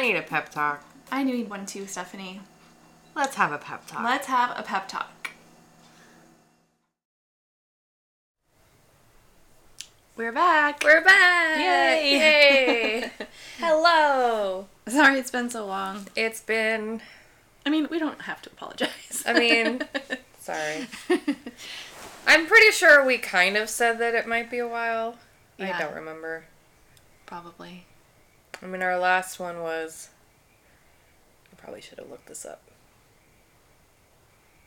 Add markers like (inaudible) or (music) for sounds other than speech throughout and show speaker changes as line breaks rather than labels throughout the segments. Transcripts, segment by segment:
need a pep talk.
I knew you'd want to, Stephanie.
Let's have a pep talk.
Let's have a pep talk.
We're back.
We're
(laughs)
back!
Yay.
Yay.
Hello.
Sorry it's been so long.
It's been.
I mean, we don't have to apologize.
I
(laughs)
mean, sorry. I'm pretty sure we kind of said that it might be a while.
Yeah.
I don't remember.
probably.
I mean, our last one was. I probably should have looked this up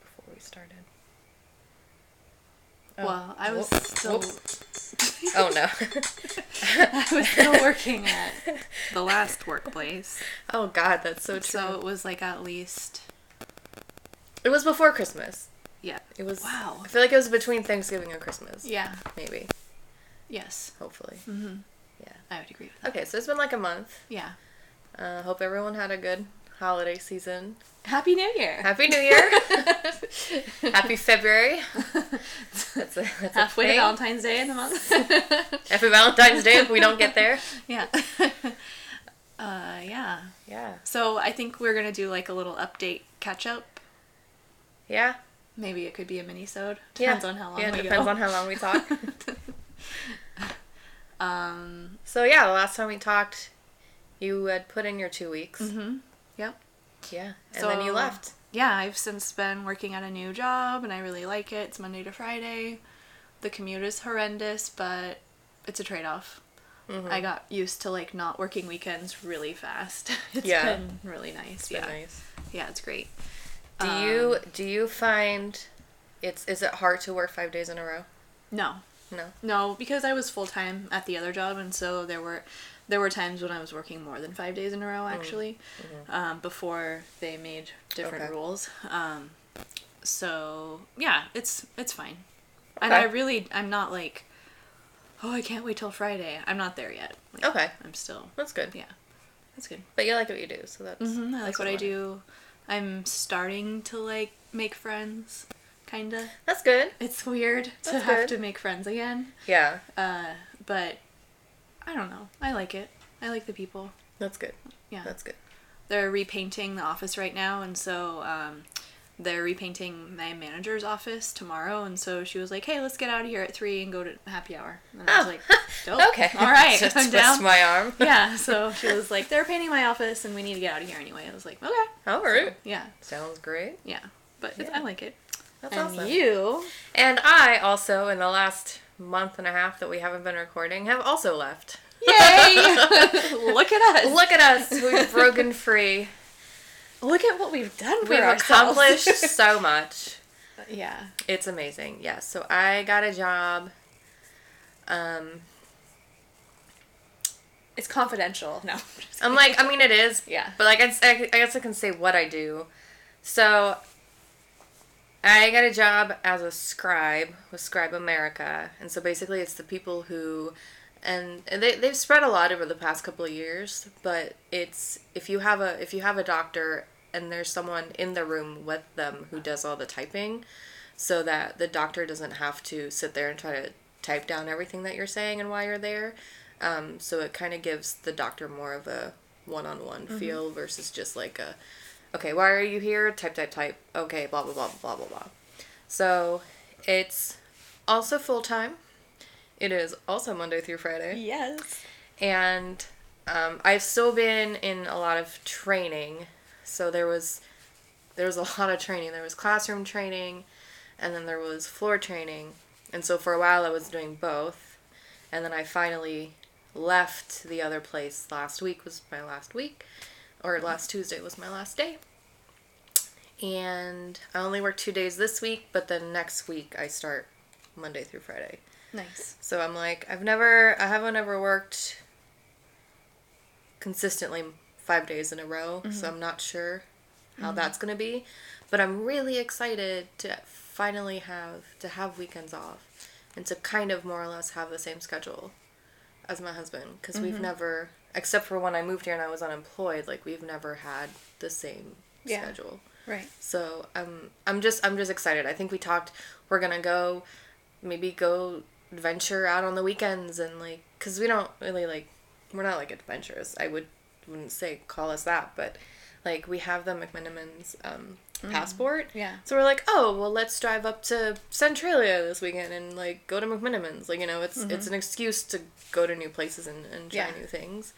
before we started. Oh,
Well, I was
whoop,
still
whoop. Oh no.
(laughs)
(laughs)
I was still working at the last workplace.
oh God, that's (laughs) so true.
(laughs) So it was like at least
it was before Christmas.
yeah.
It was.
Wow.
I feel like it was between Thanksgiving and Christmas.
Yeah.
Maybe.
Yes.
Hopefully.
I would agree with that.
Okay, so it's been like a month.
Yeah.
Uh, hope everyone had a good holiday season.
Happy New Year.
Happy New
(laughs)
Year. Happy February. That's a, that's a
Halfway to
thing.
Valentine's Day in the month.
(laughs) Happy Valentine's Day if we don't get there.
(laughs) yeah. Uh yeah.
Yeah.
So I think we're gonna do like a little update catch up.
Yeah.
Maybe it could be a mini sode. Depends
yeah.
on how long
Yeah,
we
depends
go.
on how long we talk.
(laughs) um
so yeah, the last time we talked, you had put in your two weeks.
mhm. Yep.
Yeah. And then you
So-
left.
yeah, I've since been working at a new job and I really like it. It's Monday to Friday. The commute is horrendous, but it's a trade off.
Mm-hmm.
I got used to like not working weekends really fast. (laughs) It's
Yeah.
been really nice.
Been
yeah.
Nice.
Yeah, it's great.
Do
Um,
you do you find it's is it hard to work five days in a row?
No.
No.
No, because I was full time at the other job and so there were there were times when I was working more than five days in a
Mm.
row actually. Um, before they made different
Mm-hmm. Okay.
rules. Um, so yeah, it's it's fine. And I
Okay.
really I'm not like oh I can't wait till Friday. I'm not there yet. Like,
Okay,
I'm still
that's good.
yeah. That's good.
But you like what you do, so that's
hmm I like
that's
what I
matters.
do. I'm starting to like make friends, kinda.
That's good.
It's weird to
That's
have
good.
to make friends again,
Yeah,
uh, but I don't know. I like it. I like the people.
that's good.
Yeah,
That's good.
they're repainting the office right now, and so um, they're repainting my manager's office tomorrow. And so she was like, "Hey, let's get out of here at three and go to happy hour." And I was
Oh.
(laughs) like, "Dope.
Okay.
all (laughs) right,
(laughs) Just
I'm
twist
down."
my
(laughs)
arm.
yeah, so she was like, "They're painting my office, and we need to get out of here anyway." I was like, "Okay,
All right.
yeah,
Sounds great.
yeah." But it's
Yeah.
I like it.
That's
and
awesome.
you,
And I also, in the last month and a half that we haven't been recording, have also left.
yay! (laughs) Look at us.
Look at
(laughs)
us. We've broken free.
Look at what we've done for
We've
ourselves.
accomplished
(laughs)
so much.
yeah.
It's amazing. Yes. so I got a job. Um,
It's confidential. No. (laughs)
I'm like, I mean, it is,
Yeah.
But like, I, I I guess I can say what I do. So, I got a job as a scribe with Scribe America, and so basically, it's the people who, and and they they've spread a lot over the past couple of years. But it's if you have a if you have a doctor and there's someone in the room with them who does all the typing, so that the doctor doesn't have to sit there and try to type down everything that you're saying and why you're there. Um, so it kind of gives the doctor more of a one-on-one feel versus just like a, okay, why are you here? Type, type, type. Okay, blah blah blah blah blah blah. So it's also full time. It is also Monday through Friday
Yes.
and um, I've still been in a lot of training. So there was there was a lot of training. There was classroom training, and then there was floor training. And so for a while I was doing both, and then I finally left the other place. Last week was my last week, or last Tuesday was my last day. And I only work two days this week, but then next week I start Monday through Friday.
Nice.
So I'm like, I've never, I haven't ever worked consistently five days in a row, so I'm not sure how that's gonna be. But I'm really excited to finally have to have weekends off and to kind of more or less have the same schedule as my husband because we've never, except for when I moved here and I was unemployed, like we've never had the same
Yeah.
schedule.
Right.
So um, I'm just I'm just excited. I think we talked we're gonna go, maybe go venture out on the weekends and like, cause we don't really like, we're not like adventurous. I would wouldn't say call us that, but like we have the McMenamin's um, passport.
Yeah.
So we're like, oh well, let's drive up to Centralia this weekend and like go to McMenamin's. Like you know, it's it's an excuse to go to new places and, and try
Yeah.
new things.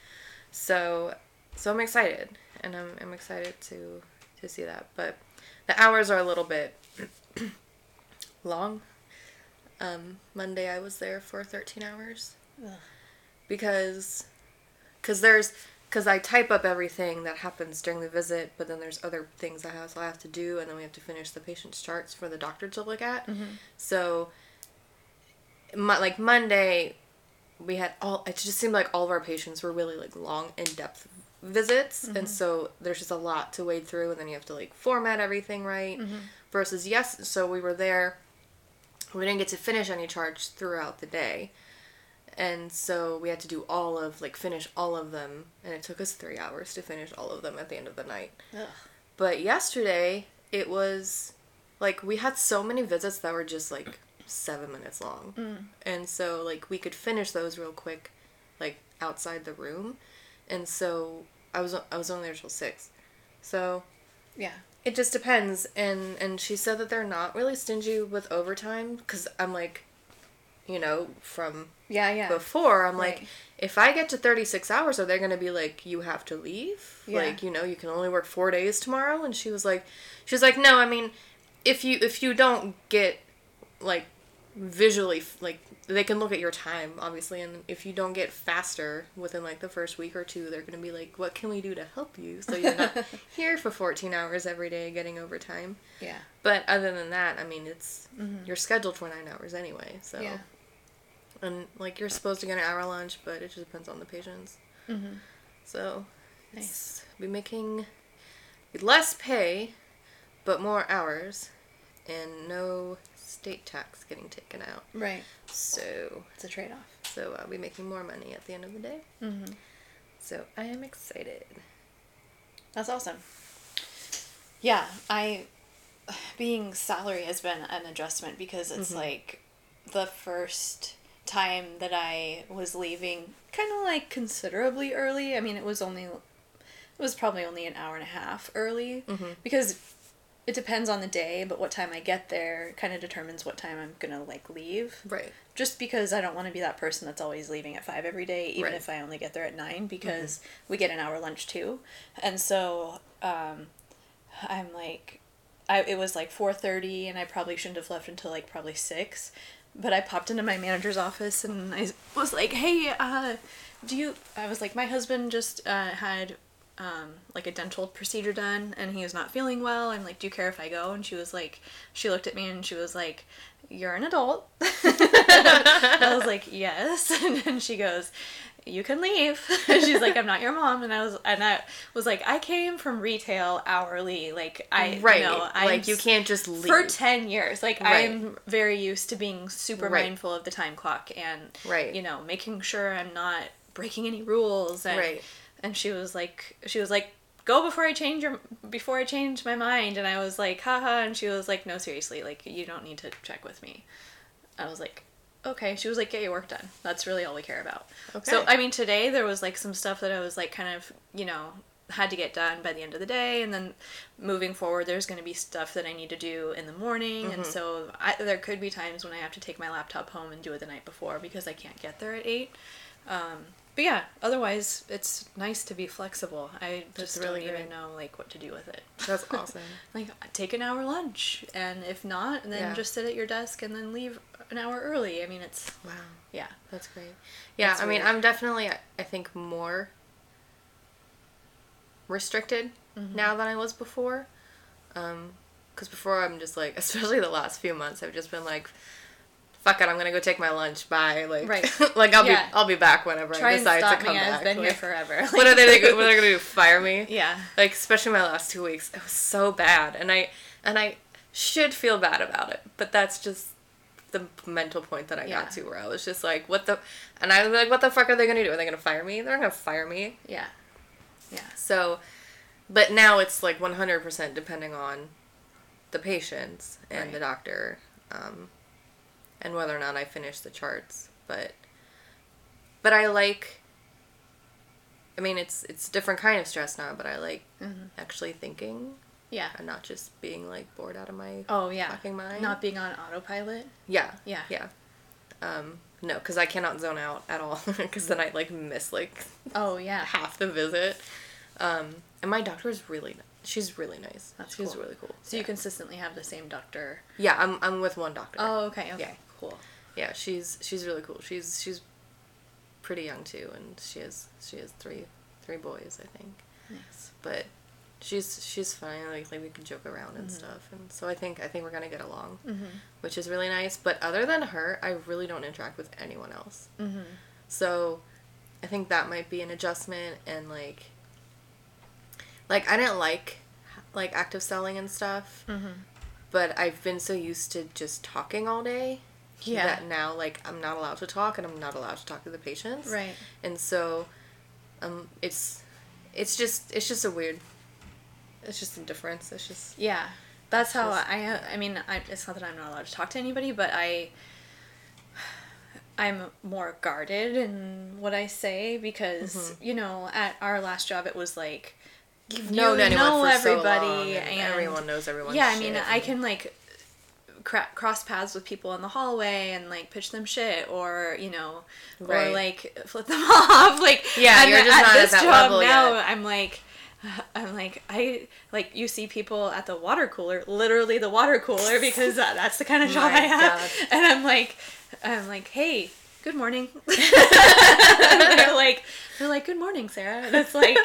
So so I'm excited, and I'm I'm excited to to see that. But the hours are a little bit (clears throat) long. Um, Monday I was there for 13 hours because because there's because I type up everything that happens during the visit, but then there's other things I also have to do, and then we have to finish the patient's charts for the doctor to look at. So, mo- like Monday, we had all. It just seemed like all of our patients were really like long, in depth visits, and so there's just a lot to wade through, and then you have to like format everything right. Versus yes, so we were there. We didn't get to finish any charts throughout the day and so we had to do all of like finish all of them and it took us three hours to finish all of them at the end of the night
Ugh.
but yesterday it was like we had so many visits that were just like seven minutes long and so like we could finish those real quick like outside the room and so i was i was only there till six so
Yeah.
it just depends, and and she said that they're not really stingy with overtime because I'm like, you know, from
Yeah, yeah.
before i'm like
Right.
if i get to 36 hours are they going to be like you have to leave
Yeah.
like you know you can only work four days tomorrow and she was like she was like no i mean if you if you don't get like visually f- like they can look at your time obviously and if you don't get faster within like the first week or two they're going to be like what can we do to help you so you're
(laughs)
not here for 14 hours every day getting overtime
yeah.
but other than that i mean it's you're scheduled for nine hours anyway so
Mm-hmm. Yeah.
and like you're supposed to get an hour lunch, but it just depends on the patients.
Mm-hmm.
So, it's be making less pay, but more hours, and no state tax getting taken out.
Right.
So,
It's a trade off.
so I'll be making more money at the end of the day.
Mhm.
So I am excited.
That's awesome. Yeah, I being salary has been an adjustment because it's like the first time that I was leaving kind of like considerably early. I mean, it was only it was probably only an hour and a half early because it depends on the day, but what time I get there kind of determines what time I'm going to like leave.
Right.
just because I don't want to be that person that's always leaving at five every day, even
Right.
if I only get there at nine, because we get an hour lunch too, and so um, I'm like, I it was like four thirty, and I probably shouldn't have left until like probably six, but I popped into my manager's office and I was like, hey, uh, do you? I was like, my husband just uh, had. Um, like a dental procedure done and he was not feeling well i'm like do you care if i go and she was like she looked at me and she was like you're an adult (laughs) I was like, yes. (laughs) And then she goes, you can leave. (laughs) She's like, I'm not your mom. And I was, and I was like, I came from retail hourly. Like I,
Right.
you know, I'm
like you can't just leave.
for 10 years. Like
Right.
I'm very used to being super
Right.
mindful of the time clock and,
Right.
you know, making sure I'm not breaking any rules. And,
Right.
and she was like, she was like, go before I change your, before I change my mind. And I was like, haha. And she was like, no, seriously, like you don't need to check with me. I was like, okay. She was like, get your work done. That's really all we care about. So,
Okay.
I mean, today there was like some stuff that I was like kind of, you know, had to get done by the end of the day. And then moving forward, there's going to be stuff that I need to do in the morning. And
Mm-hmm.
so I, there could be times when I have to take my laptop home and do it the night before because I can't get there at eight. Um, but yeah, otherwise it's nice to be flexible. I
That's
just
really
don't
great.
even know like what to do with it.
That's
(laughs)
awesome.
like take an hour lunch, and if not, then
Yeah.
just sit at your desk and then leave an hour early. I mean, it's
wow.
yeah,
That's great. Yeah,
That's
I mean,
really-
I'm definitely, I I think, more restricted
Mm-hmm.
now than I was before. Because before, I'm just like, (laughs) especially the last few months, I've just been like, fuck it, I'm gonna go take my lunch. Bye. Like,
Right.
(laughs) like I'll
Yeah.
be, I'll be back whenever
try
I
and
decide
stop
to come
me.
back.
I've been
Like,
here forever.
(laughs) what are they?
(laughs)
What are they gonna do? Fire me?
yeah,
like especially my last two weeks it was so bad and i and i should feel bad about it but that's just the mental point that i
Yeah.
got to where i was just like what the and i was like what the fuck are they gonna do are they gonna fire me they're not gonna fire me
yeah, yeah,
so but now it's like 100% depending on the patients and the
Right.
doctor um, and whether or not i finish the charts but but i like I mean, it's it's a different kind of stress now, but I like
Mm-hmm.
actually thinking
Yeah.
and not just being like bored out of my
Oh yeah.
fucking mind.
Not being on autopilot.
yeah,
Yeah.
yeah. Um, no, because I cannot zone out at all. (laughs) Because then I like miss like
Oh yeah.
half the visit. Um, and my doctor is really ni- she's really nice.
That's
she's
cool.
really cool.
So
yeah.
you consistently have the same doctor.
yeah, I'm I'm with one doctor.
Oh okay. Okay.
Yeah.
Cool.
Yeah, she's she's really cool. She's she's pretty young too, and she has she has three three boys, I think.
Nice.
But she's she's funny. Like, like we can joke around and
Mm-hmm.
stuff, and so I think I think we're gonna get along, which is really nice. But other than her, I really don't interact with anyone else.
Mm-hmm.
So I think that might be an adjustment, and like like I didn't like like active selling and stuff,
Mhm.
but I've been so used to just talking all day
Yeah.
that now like I'm not allowed to talk and I'm not allowed to talk to the patients.
Right.
And so um it's it's just it's just a weird it's just a difference. It's just
Yeah, that's how
Just-
I. I mean, I, it's not that I'm not allowed to talk to anybody, but I. I'm more guarded in what I say because you know at our last job it was like
you've
known anyone for so long,
and,
and
everyone
everyone
knows everyone.
yeah I mean I can like cra- cross paths with people in the hallway and like pitch them shit or you know
Right.
or like (laughs) flip them off like
Yeah,
I'm
you're just
at
not at
this
that
job
level
now
yet.
I'm like (sighs) I'm like I like you see people at the water cooler literally the water
(laughs)
cooler because that, that's the kind of job
My
I have
God.
(laughs) and I'm like I'm like hey good
(laughs)
morning (laughs) And they're like they're like good morning Sarah and
(laughs)
it's like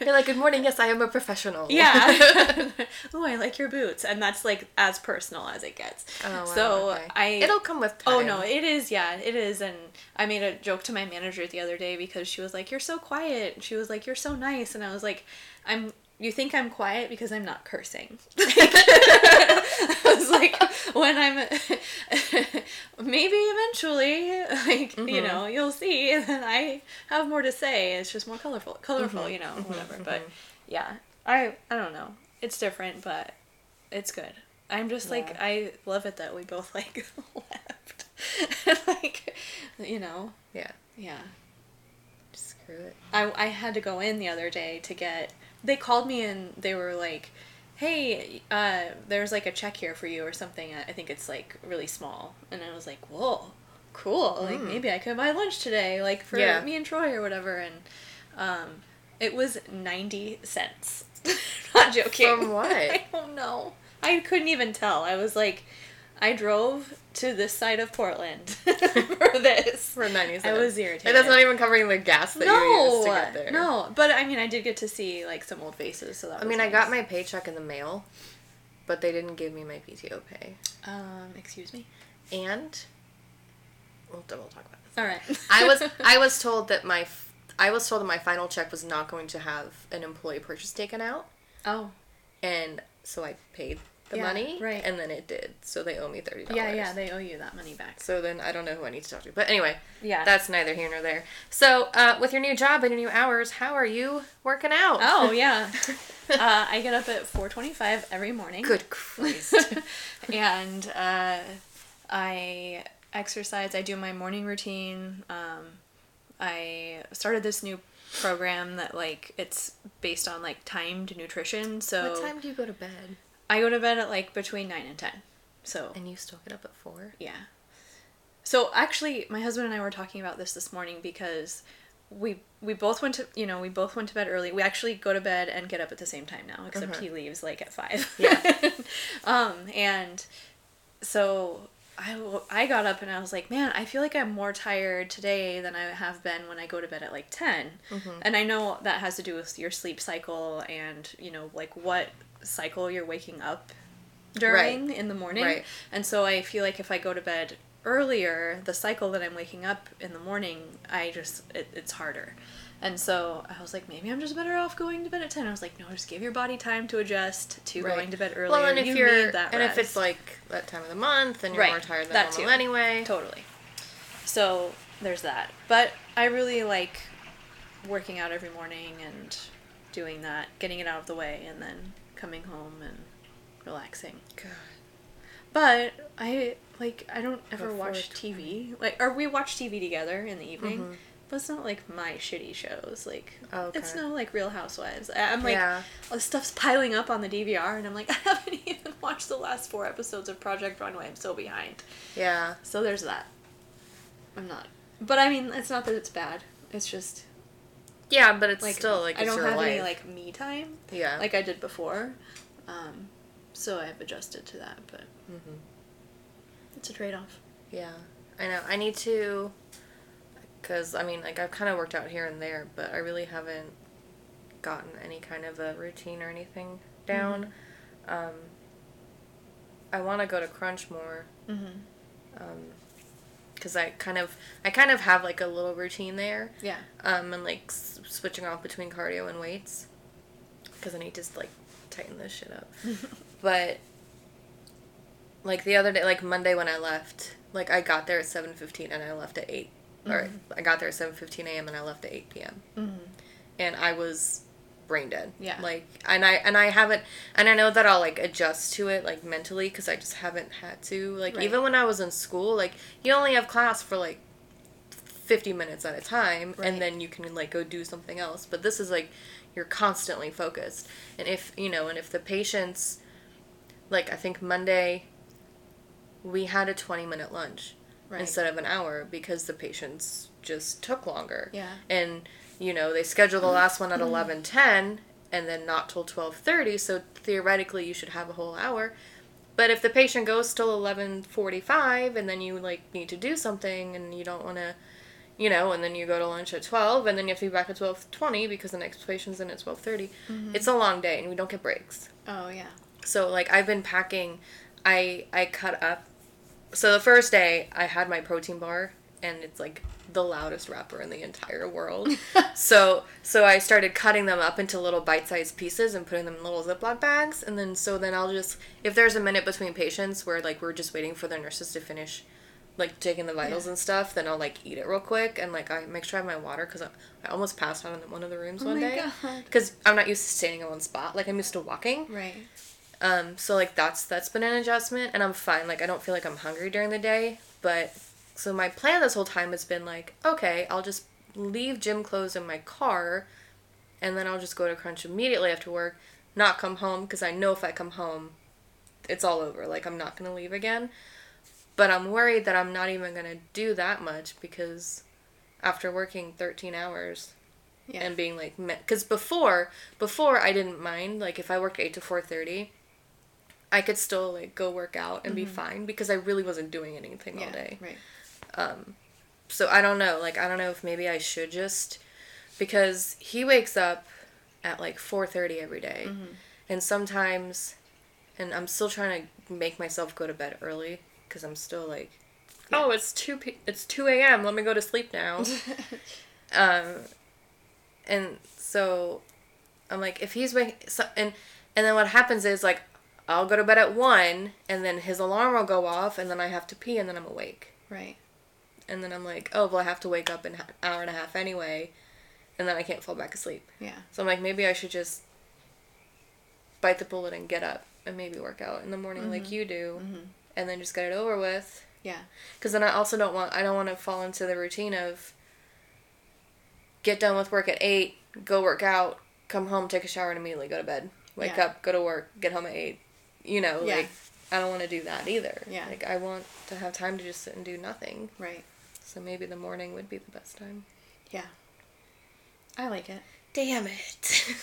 You're like, good morning. Yes, I am a professional.
(laughs) yeah. oh, I like your boots, and that's like as personal as it gets.
Oh, wow,
so
okay.
I.
it'll come with time.
Oh no, it is. Yeah, it is. And I made a joke to my manager the other day because she was like, "You're so quiet." and She was like, "You're so nice," and I was like, "I'm." You think I'm quiet because I'm not cursing. (laughs) I was like, when I'm, (laughs) maybe eventually, like you know, you'll see, and then I have more to say. It's just more colorful, colorful, you know, whatever. But yeah, I I don't know. It's different, but it's good. I'm just like
Yeah.
I love it that we both like (laughs) left. (laughs) like you know,
Yeah,
yeah.
screw it.
I I had to go in the other day to get they called me and they were like, "Hey, uh there's like a check here for you or something. I I think it's like really small." And I was like, "Whoa. Cool. Like maybe I could buy lunch today like for
Mm. Yeah.
me and Troy or whatever." And um it was 90 cents. (laughs) Not joking.
From what?
(laughs) I don't know. I couldn't even tell. I was like, I drove to this side of Portland (laughs) for this.
For ninety (laughs)
I
cents.
was
And
irritated.
that's not even covering the gas that you used to get there.
No, but I mean, I did get to see like some old faces, so that.
I
was
mean, I got
nice.
my paycheck in the mail, but they didn't give me my PTO pay.
Um, excuse me.
And we'll double talk about this.
All right.
(laughs) I
(laughs)
was I was told that my f- I was told that my final check was not going to have an employee purchase taken out,
oh
and so I paid the
Yeah,
money,
right.
and then it did. So they owe me thirty dollars.
yeah, yeah. They owe you that money back.
so then I don't know who I need to talk to, but anyway,
Yeah.
that's neither here nor there. So uh, with your new job and your new hours, how are you working out?
(laughs) oh yeah. uh, I get up at four twenty-five every
(laughs)
morning.
good
(laughs)
Christ!
and uh, I exercise. I do my morning routine. Um, I started this new program that like it's based on like timed nutrition. So
what time do you go to bed?
I go to bed at like between nine and ten. So
And you still get up at four?
yeah. So actually, my husband and I were talking about this this morning because we we both went to you know we both went to bed early. We actually go to bed and get up at the same time now, except he leaves like at five.
Mm-hmm. Yeah.
(laughs) um, and so I w- I got up and I was like, man, I feel like I'm more tired today than I have been when I go to bed at like 10
Mm-hmm.
And I know that has to do with your sleep cycle and you know like what cycle you're waking up during in the morning.
Right.
And so I feel like if I go to bed earlier, the cycle that I'm waking up in the morning, I just it, it's harder. And so I was like, maybe I'm just better off going to bed at ten. I was like, no, just give your body time to adjust to going to bed earlier.
Well, and if
you
you are
need that
and if
rest.
it's like that time of the month, and you're
Right,
more tired than
that
normal
too.
anyway.
Totally. So there's that. But I really like working out every morning and doing that, getting it out of the way, and then coming home and relaxing.
God.
But I like I don't ever
Look forward
watch
to Mm-hmm.
TV. Like or we watch TV together in the evening, but it's not like my shitty shows. Like
Okay.
it's no like Real Housewives. I- I'm like
yeah.
all this stuff's piling up on the DVR, and I'm like (laughs) I haven't even watched the last four episodes of Project Runway. I'm so behind.
Yeah.
So there's that. I'm not, but I mean it's not that it's bad. It's just
Yeah, but it's
like
still like
I
it's
don't
your
have
life.
any like me time
yeah.
like I did before. Um, so I've adjusted to that, but
hmm
it's a trade off.
Yeah, I know. I need to, because I mean, like I've kind of worked out here and there, but I really haven't gotten any kind of a routine or anything down. Um, I want to go to Crunch more,
Mm-hmm.
because I kind of, I kind of have like a little routine there,
Yeah.
um, and like s- switching off between cardio and weights, because I need to like tighten this shit up. but like the other day like monday when i left like i got there at 7.15 and i left at 8 or i got there at 7.15 a.m and i left at 8 p.m
mm-hmm.
and i was brain dead
Yeah.
like and i and i haven't and i know that i'll like adjust to it like mentally because i just haven't had to like
Right.
even when i was in school like you only have class for like 50 minutes at a time
Right.
and then you can like go do something else but this is like you're constantly focused and if you know and if the patients like i think monday we had a 20 minute lunch
Right.
instead of an hour because the patients just took longer
Yeah.
and you know they scheduled the last one at 11:10 and then not till 12:30 so theoretically you should have a whole hour but if the patient goes till 11:45 and then you like need to do something and you don't want to you know and then you go to lunch at 12 and then you have to be back at 12:20 because the next patient's in at 12:30 it's a long day and we don't get breaks
Oh yeah.
so like I've been packing, I I cut up. So the first day I had my protein bar and it's like the loudest rapper in the entire
(laughs)
world. so so I started cutting them up into little bite-sized pieces and putting them in little Ziploc bags and then so then I'll just if there's a minute between patients where like we're just waiting for the nurses to finish like taking the vitals and stuff, then I'll like eat it real quick and like I make sure I have my water because I, I almost passed out in one of the rooms
Oh
one
my
day
God.
because I'm not used to standing in one spot. Like I'm used to walking.
Right.
Um, so like that's that's been an adjustment, and I'm fine. Like I don't feel like I'm hungry during the day, but so my plan this whole time has been like, okay, I'll just leave gym clothes in my car, and then I'll just go to Crunch immediately after work, not come home because I know if I come home, it's all over. Like I'm not gonna leave again, but I'm worried that I'm not even gonna do that much because after working 13 hours
Yeah.
and being like because before before i didn't mind like if i worked 8 to 4.30 i could still like go work out and be fine because i really wasn't doing anything all day
Right.
so i don't know like i don't know if maybe i should just because he wakes up at like 4.30 every day, and sometimes and i'm still trying to make myself go to bed early because i'm still like oh it's 2 p- it's 2 a.m let me go to sleep now (laughs) um and so i'm like if he's waking so, and and then what happens is like i'll go to bed at 1 and then his alarm will go off and then i have to pee and then i'm awake
Right.
and then I'm like, oh, well, I have to wake up in an hour and a half anyway, and then I can't fall back asleep.
Yeah.
So I'm like, maybe I should just bite the bullet and get up and maybe work out in the morning
Mm-hmm.
like you do, and then just get it over with.
Yeah.
Because then I also don't want I don't want to fall into the routine of get done with work at eight, go work out, come home, take a shower, and immediately go to bed. Wake
Yeah.
up, go to work, get home at eight. You know,
Yeah.
like I don't want to do that either.
Yeah.
Like I want to have time to just sit and do nothing.
Right.
So maybe the morning would be the best time.
Yeah. I like it.
Damn (laughs) it.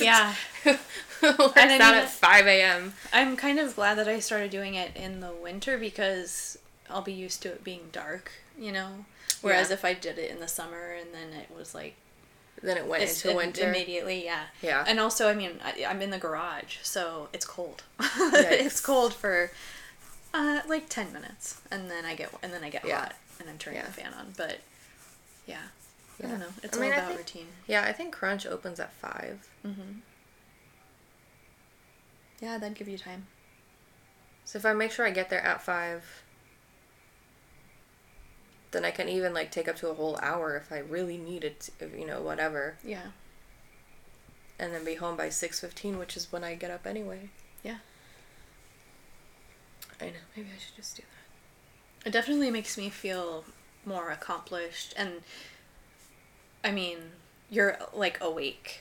Yeah.
Like
I mean-
that at 5 a.m.
I'm kind of glad that I started doing it in the winter because I'll be used to it being dark, you know. Whereas
Yeah.
if I did it in the summer and then it was like
Then it went
it's
into
im-
winter.
immediately, yeah.
Yeah.
And also, I mean, I, I'm in the garage, so it's cold. (laughs)
Yikes.
it's cold for uh, like ten minutes, and then I get and then I get
Yeah.
hot, and I'm turning
Yeah.
the fan on. But yeah, I
Yeah.
don't know. It's
I mean, I
all about
think-
routine. Mm-hmm.
yeah, I think Crunch opens at 5.
Yeah, that'd give you time.
So if I make sure I get there at 5, then I can even like take up to a whole hour if I really need it, if, you know, whatever,
Yeah,
and then be home by 6:15, which is when I get up anyway.
yeah.
I know. Maybe I should just do that.
It definitely makes me feel more accomplished and I mean, you're like awake.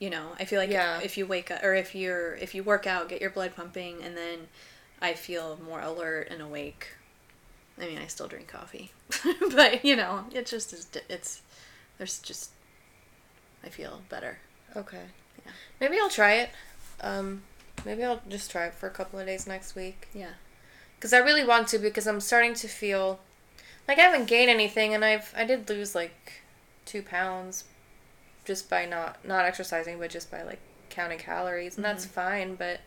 You know, I feel like
Yeah.
if, if you wake up or if you're if you work out, get your blood pumping, and then I feel more alert and awake. I mean, I still drink coffee, (laughs) but you know, it just is. di- It's there's just I feel better.
Okay.
Yeah.
Maybe I'll try it. Um, maybe I'll just try it for a couple of days next week.
Yeah.
Because I really want to because I'm starting to feel like I haven't gained anything and I've I did lose like two pounds just by not not exercising but just by like counting calories and that's fine but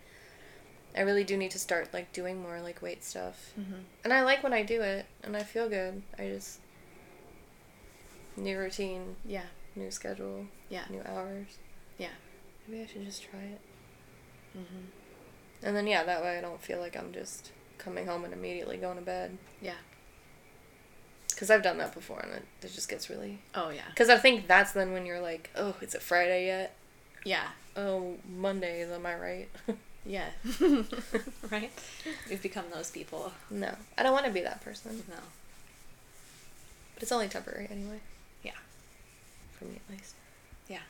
I really do need to start like doing more like weight stuff and I like when I do it and I feel good I just new routine
Yeah.
new schedule
Yeah.
new hours
Yeah. Mm-hmm.
maybe I should just try it and then yeah that way I don't feel like I'm just coming home and immediately going to bed
Yeah.
Because I've done that before, and it, it just gets really.
Oh yeah.
Because I think that's then when you're like, oh, is it Friday yet?
Yeah. (laughs)
Oh, Monday is, am I right?
Yeah. right? We've become those people.
no, I don't want to be that person.
No.
But it's only temporary anyway,
Yeah.
for me at least.
Yeah.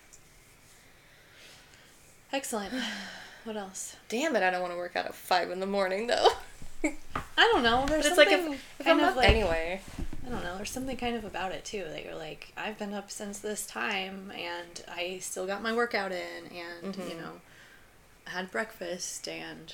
Excellent. What else?
Damn it, I don't want to work out at five in the morning though. (laughs)
I don't know. There's
But it's like
something
if, if I'm
kind
up
of like
anyway.
I don't know. There's something kind of about it too that you're like I've been up since this time and I still got my workout in and you
Mhm.
know had breakfast and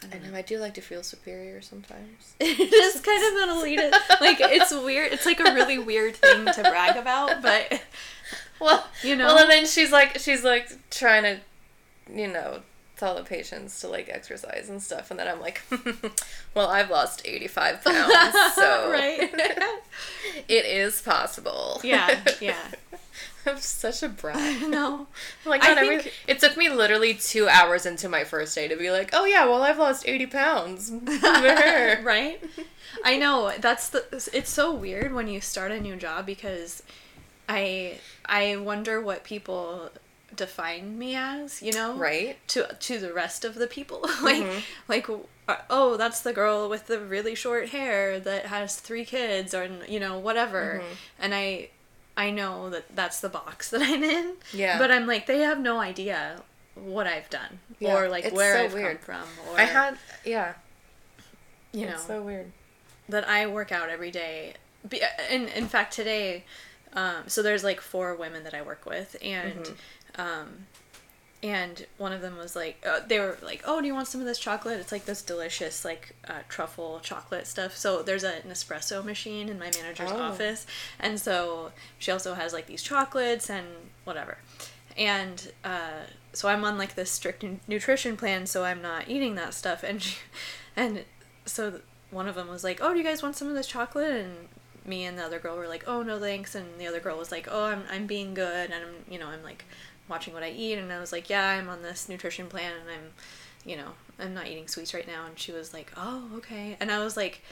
(laughs) I
I
don't know.
know I do like to feel superior sometimes.
It just kind of an elitist. Like it's weird. It's like a really weird thing to brag about, but (laughs)
(laughs) Well,
You know?
Well, and then she's like, she's like trying to, you know, tell the patients to like exercise and stuff, and then I'm like, (laughs) well, I've lost 85 pounds,
(laughs)
so
right.
(laughs) it is possible.
Yeah, yeah.
(laughs) I'm such a brat.
no.
Like
I
not every-
think-
it took me literally two hours into my first day to be like, oh yeah, well I've lost 80
(laughs)
pounds. (laughs) Brr.
right? I know. That's the it's so weird when you start a new job because I I wonder what people define me as, you know?
right? Mm-hmm.
To to the rest of the people. (laughs) like like uh, oh, that's the girl with the really short hair that has three kids or you know, whatever.
Mm-hmm.
And I I know that that's the box (laughs) that I'm in.
Yeah.
But I'm like they have no idea what I've done
Yeah,
or like
it's
where
so
I've
weird.
come from or
I had yeah.
you know
It's so
(laughs)
weird.
that I work out every day. Be- In in fact, today, um, so there's like four women that I work with, and um, and one of them was like, uh, they were like, oh, do you want some of this chocolate? It's like this delicious like uh, truffle chocolate stuff. So there's a, an espresso machine in my manager's
Oh.
office, and so she also has like these chocolates and whatever, and. Uh, so I'm on like this strict nu- nutrition plan, so I'm not eating that stuff. And she, and so th- one of them was like, "Oh, do you guys want some of this chocolate?" And me and the other girl were like, "Oh, no, thanks." And the other girl was like, "Oh, I'm I'm being good, and I'm you know I'm like watching what I eat." And I was like, "Yeah, I'm on this nutrition plan, and I'm, you know, I'm not eating sweets right now." And she was like, "Oh, okay." And I was like.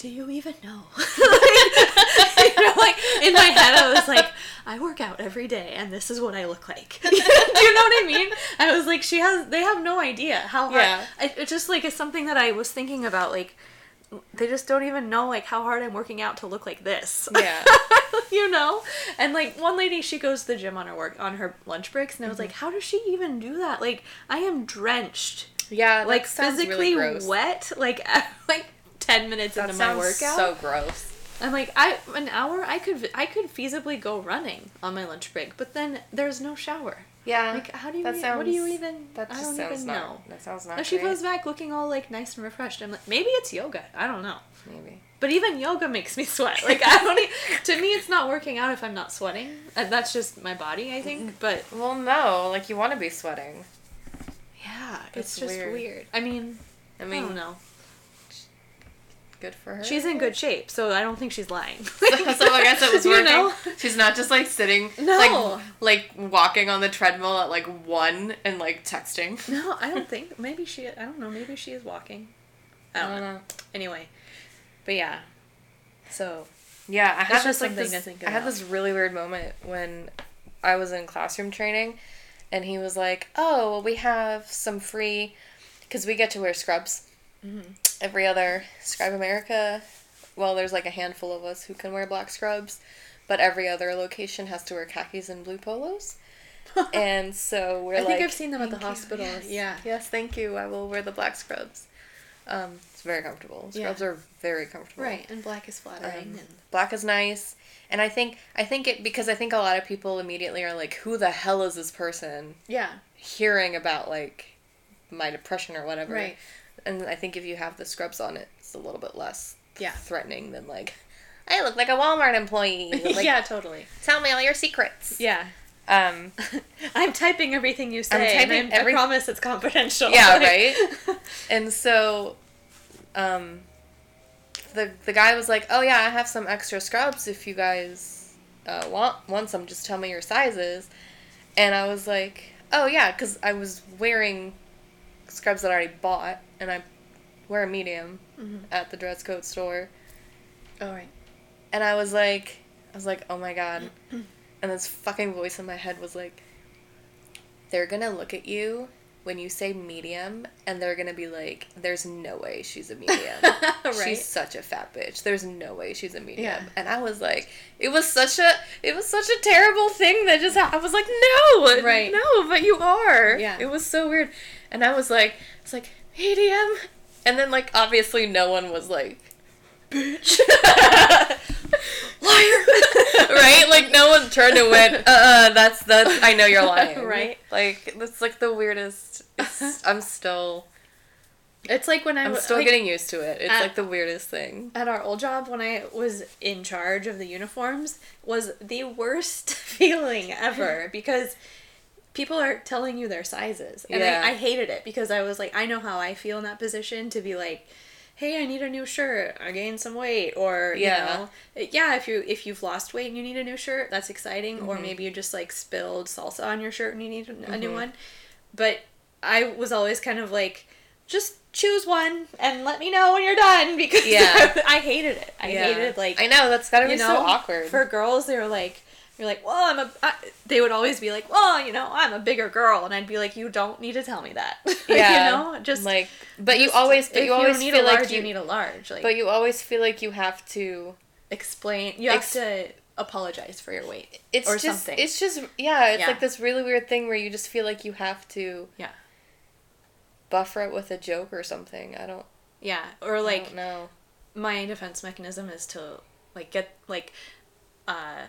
Do you even know? (laughs) you know, like in my head, I was like, I work out every day, and this is what I look like. (laughs) Do you know what I mean? I was like, she has. They have no idea how hard.
Yeah.
I, it just like is something that I was thinking about. Like, they just don't even know like how hard I'm working out to look like this.
Yeah.
(laughs) you know, and like one lady, she goes to the gym on her work on her lunch breaks, and I was like,
Mm-hmm.
how does she even do that? Like, I am drenched
Yeah, that
like
sounds
physically
really gross.
wet like (laughs) like 10 minutes
That
into my
sounds
workout
so gross.
i'm like i an hour i could i could feasibly go running on my lunch break but then there's no shower
Yeah.
like how do you
that
e- what do you
sounds-
even
That just
i don't
sounds
even
not,
know
That sounds not.
and she
great.
goes back looking all like nice and refreshed i'm like maybe it's yoga i don't know
Maybe.
but even yoga makes me (laughs) sweat like i don't e- to me it's not working out if i'm not sweating and that's just my body i
Mm-hmm.
think but
Well, no. Like you want to be sweating.
yeah
That's
it's just
weird.
weird i mean
I
i
mean,
don't know
good for her. (laughs)
She's in good shape, so I don't think she's lying.
so I
(laughs)
guess it was
You
working.
know?
She's not just like sitting,
No.
like like walking on the treadmill at like one and like (laughs) texting.
No, I don't think. Maybe she. I don't know. Maybe she is walking. I don't, know. Anyway, but yeah. So
Yeah, I had
It's just
this like
something
this,
to think
I had
about.
this really weird moment when I was in classroom training, and he was like, "Oh, well, we have some free, because we get to wear scrubs
mm-hmm. (laughs)
every other Scribe America. Well, there's like a handful of us who can wear black scrubs, but every other location has to wear khakis and blue polos. and so we're
I
like
think I've seen them at the
"Thank you,
hospital.
Yes,
Yeah.
Yes, thank you. I will wear the black scrubs. Um, it's very comfortable.
Yeah.
Scrubs are very comfortable.
Right, and black is flattering.
Um,
and
black is nice, and I think I think it because I think a lot of people immediately are like, "Who the hell is this person?"
yeah,
Hearing about like my depression or whatever,
right.
And I think if you have the scrubs on, it's a little bit less
Yeah.
threatening than like, "I look like a Walmart
(laughs)
employee." Like,
(laughs) yeah, totally.
Tell me all your secrets.
Yeah.
Um. (laughs)
I'm typing everything you say. and
typing
I'm-
every-
I promise it's confidential.
Yeah,
(laughs) Like-
right? And so, um, the the guy was like, "Oh yeah, I have some extra scrubs if you guys uh, want want some. Just tell me your sizes." And I was like, "Oh yeah," because I was wearing scrubs that I already bought, and I wear a medium at the dress code store.
oh, right.
And I was like, I was like, "Oh my god!" and this fucking voice in my head was like, "They're gonna look at you." When you say medium, and they're gonna be like, "There's no way she's a medium."
(laughs) right.
She's such a fat bitch. There's no way she's a medium.
Yeah.
And I was like, it was such a it was such a terrible thing that just happened. I was like, no,
Right.
no, but you are.
Yeah.
It was so weird. And I was like, it's like medium. And then like obviously no one was
(laughs)
like, bitch,
(laughs)
liar, right? Like no one turned and went, uh, uh that's that's I know you're lying,
(laughs) Right.
Like that's like the weirdest.
(laughs)
It's, I'm still
It's like when I
I'm
was
still
like,
getting used to it. It's
at-
like the weirdest thing.
at our old job when I was in charge of the uniforms was the worst (laughs)
(laughs)
feeling ever because people are telling you their sizes. And
Yeah.
I, I hated it because I was like, I know how I feel in that position to be like, hey, I need a new shirt. I gained some weight or
Yeah.
you know yeah, if you if you've lost weight and you need a new shirt, that's exciting. Or
Mm-hmm.
maybe you just like spilled salsa on your shirt and you need a a new one. But I was always kind of like, just choose one and let me know when you're done (laughs) because
Yeah.
I hated it. I
Yeah.
hated like
I know that's gotta be
you know
so awkward.
for (laughs) girls. They were like, you're like, well, I'm a. I, they would always be like, well, you know, I'm a bigger girl, and I'd be like, you don't need to tell me that. (laughs)
yeah,
you know, just
like, but you
just-
always, but
if
you always
need
feel
a large,
like you,
need a large. Like
but you always feel like you have to.
explain. You have
Ex-
to apologize for your weight.
It's
Or
just,
something.
it's just, yeah, it's
Yeah.
like this really weird thing where you just feel like you have to
Yeah.
buffer it with a joke or something. I don't,
Yeah, or
like,
like
I don't know.
my defense mechanism is to like get like uh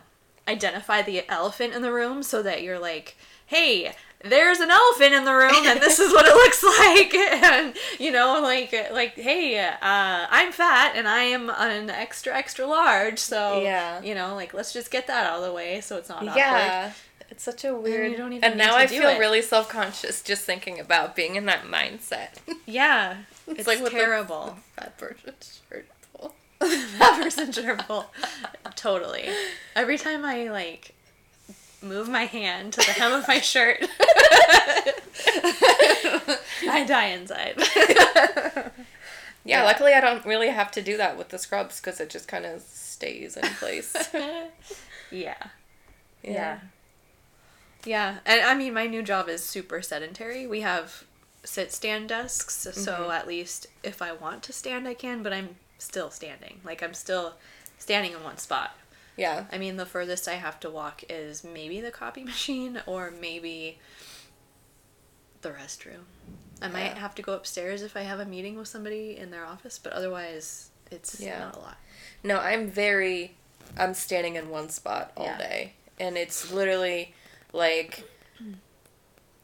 identify the elephant in the room so that you're like hey there's an elephant in the room and this is what it looks (laughs) like and you know like like hey uh i'm fat and i am an extra extra large so
Yeah.
you know like let's just get that out of the way so it's not awkward.
Yeah, it's such a weird.
you don't even
and
need
now
to
I
do
feel
it.
really self conscious just thinking about being in that mindset. (laughs)
yeah it's,
like what the-
terrible
Bad version shirt.
(laughs)
pull.
that person's gerbil. totally. Every time I like move my hand to the hem of my shirt, (laughs) I die inside. (laughs)
Yeah,
Yeah.
luckily I don't really have to do that with the scrubs because it just kind of stays in
(laughs)
place.
yeah. Yeah. Yeah. And I mean, my new job is super sedentary. We have sit stand desks, so at least if I want to stand, I can, but I'm still standing. Like, I'm still standing in one spot.
Yeah.
I mean, the furthest I have to walk is maybe the copy (laughs) machine or maybe the restroom. I might
Yeah.
have to go upstairs if I have a meeting with somebody in their office, but otherwise, it's
Yeah.
not a lot.
No, I'm very I'm standing in one spot all
Yeah.
day. And it's literally like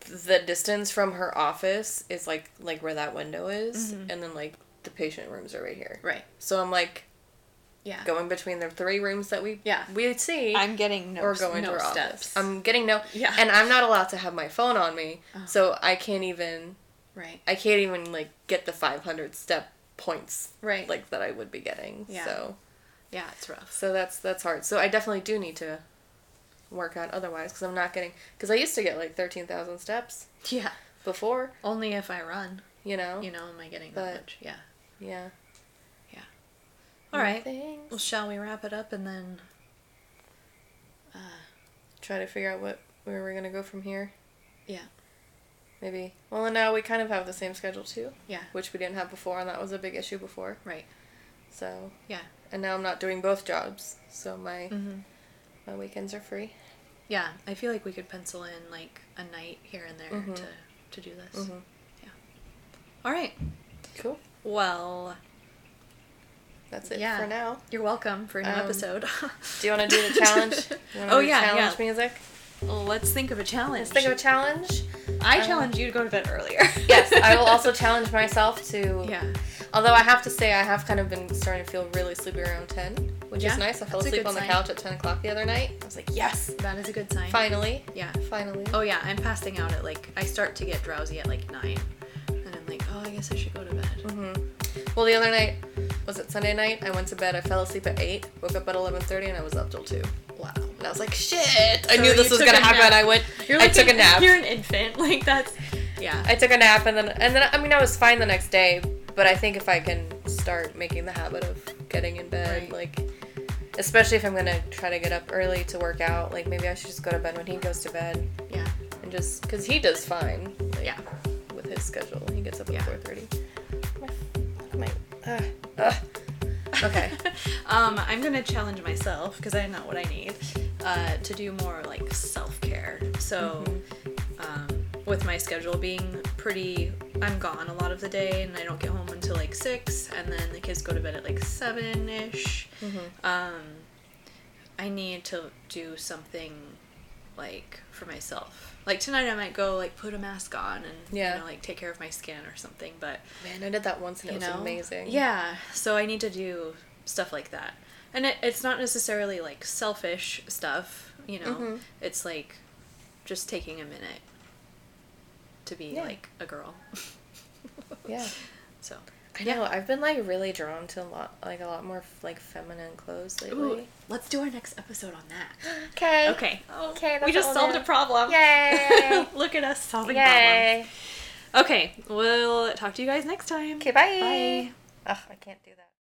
the distance from her office is like like where that window is
Mm-hmm.
and then like the patient rooms are right here.
Right.
So I'm like
Yeah.
going between the three rooms that we
Yeah.
we see
I'm getting no,
or going
no
to her
steps. Um,
office. I'm getting no
Yeah. Oh.
and I'm not allowed to have my phone on me. So I can't even
right.
I can't even like get the 500 step points
Right.
like that I would be getting.
Yeah.
So
Yeah, it's rough.
so that's that's hard. So I definitely do need to work out otherwise because I'm not getting because I used to get like thirteen thousand steps
(laughs) Yeah.
before,
Only if I run,
you know.
you know, am I getting
But-
that much? Yeah.
Yeah.
All right.
Things.
Well, shall we wrap it up and then
Try to figure out what where we're gonna go from here.
yeah.
Maybe. Well, and now we kind of have the same schedule too,
Yeah.
which we didn't have before, and that was a big issue before.
Right.
So
Yeah.
and now I'm not doing both jobs, so my
Mhm.
My weekends are free.
Yeah, I feel like we could pencil in like a night here and there
Mm-hmm.
to to do this. Yeah. All right.
Cool.
Well,
That's it
Yeah.
for now.
you're welcome for a new
Um,
episode.
Do you want to do the
(laughs)
challenge? You wanna
oh
do
yeah,
challenge
yeah.
music.
Let's think of a challenge.
Let's think of a challenge.
I
um,
challenge you to go to bed earlier.
(laughs) Yes, I will also challenge myself to.
(laughs) Yeah.
Although I have to say, I have kind of been starting to feel really sleepy around ten, which
Yeah,
is nice. I fell
that's a
asleep
good
on the
sign.
couch at ten o'clock the other night. I was like, yes,
That is a good sign.
finally,
Yeah.
finally.
Oh yeah, I'm passing out at like I start to get drowsy at like nine, and I'm like, oh, I guess I should go to bed.
Mm-hmm. Well, the other night, was it Sunday night? I went to bed. I fell asleep at eight. Woke up at eleven thirty, and I was up till two. Wow. And I was like, shit. I
So
knew
you
this was
took
gonna
a
happen.
nap.
I went.
You're
I
like
took a
an-
nap.
You're an infant. (laughs) Like that's yeah.
I took a nap, and then and then I mean I was fine the next day. But I think if I can start making the habit of getting in bed,
Right.
like especially if I'm gonna try to get up early to work out, like maybe I should just go to bed when he goes to bed,
yeah.
and just because he does fine. like,
Yeah.
With his schedule, he gets up at
Yeah.
four thirty. My, uh, uh. (laughs) Okay.
um, I'm gonna challenge myself because I know what I need uh, to do more like self care. So, um, with my schedule being pretty, I'm gone a lot of the day, and I don't get home until like six, and then the kids go to bed at like seven ish. Um, I need to do something like for myself. Like tonight, I might go like put a mask on and
Yeah.
you know, like take care of my skin or something. But
Man, I did that once and
you
it was
know?
amazing.
Yeah. So I need to do stuff like that. And it, it's not necessarily like selfish stuff, you know.
Mhm.
It's like just taking a minute to be
Yeah.
like a girl. (laughs)
Yeah.
So
I know. I've been like really drawn to a lot, like a lot more like feminine clothes lately. (gasps)
let's do our next episode on that.
Okay.
(laughs) Okay.
Okay, that's
we just
what we'll
solved
do.
a problem.
Yay.
(laughs) Look at us solving problems.
Yay.
Okay, we'll talk to you guys next time.
Okay. Bye.
Bye.
Ugh, I can't do that.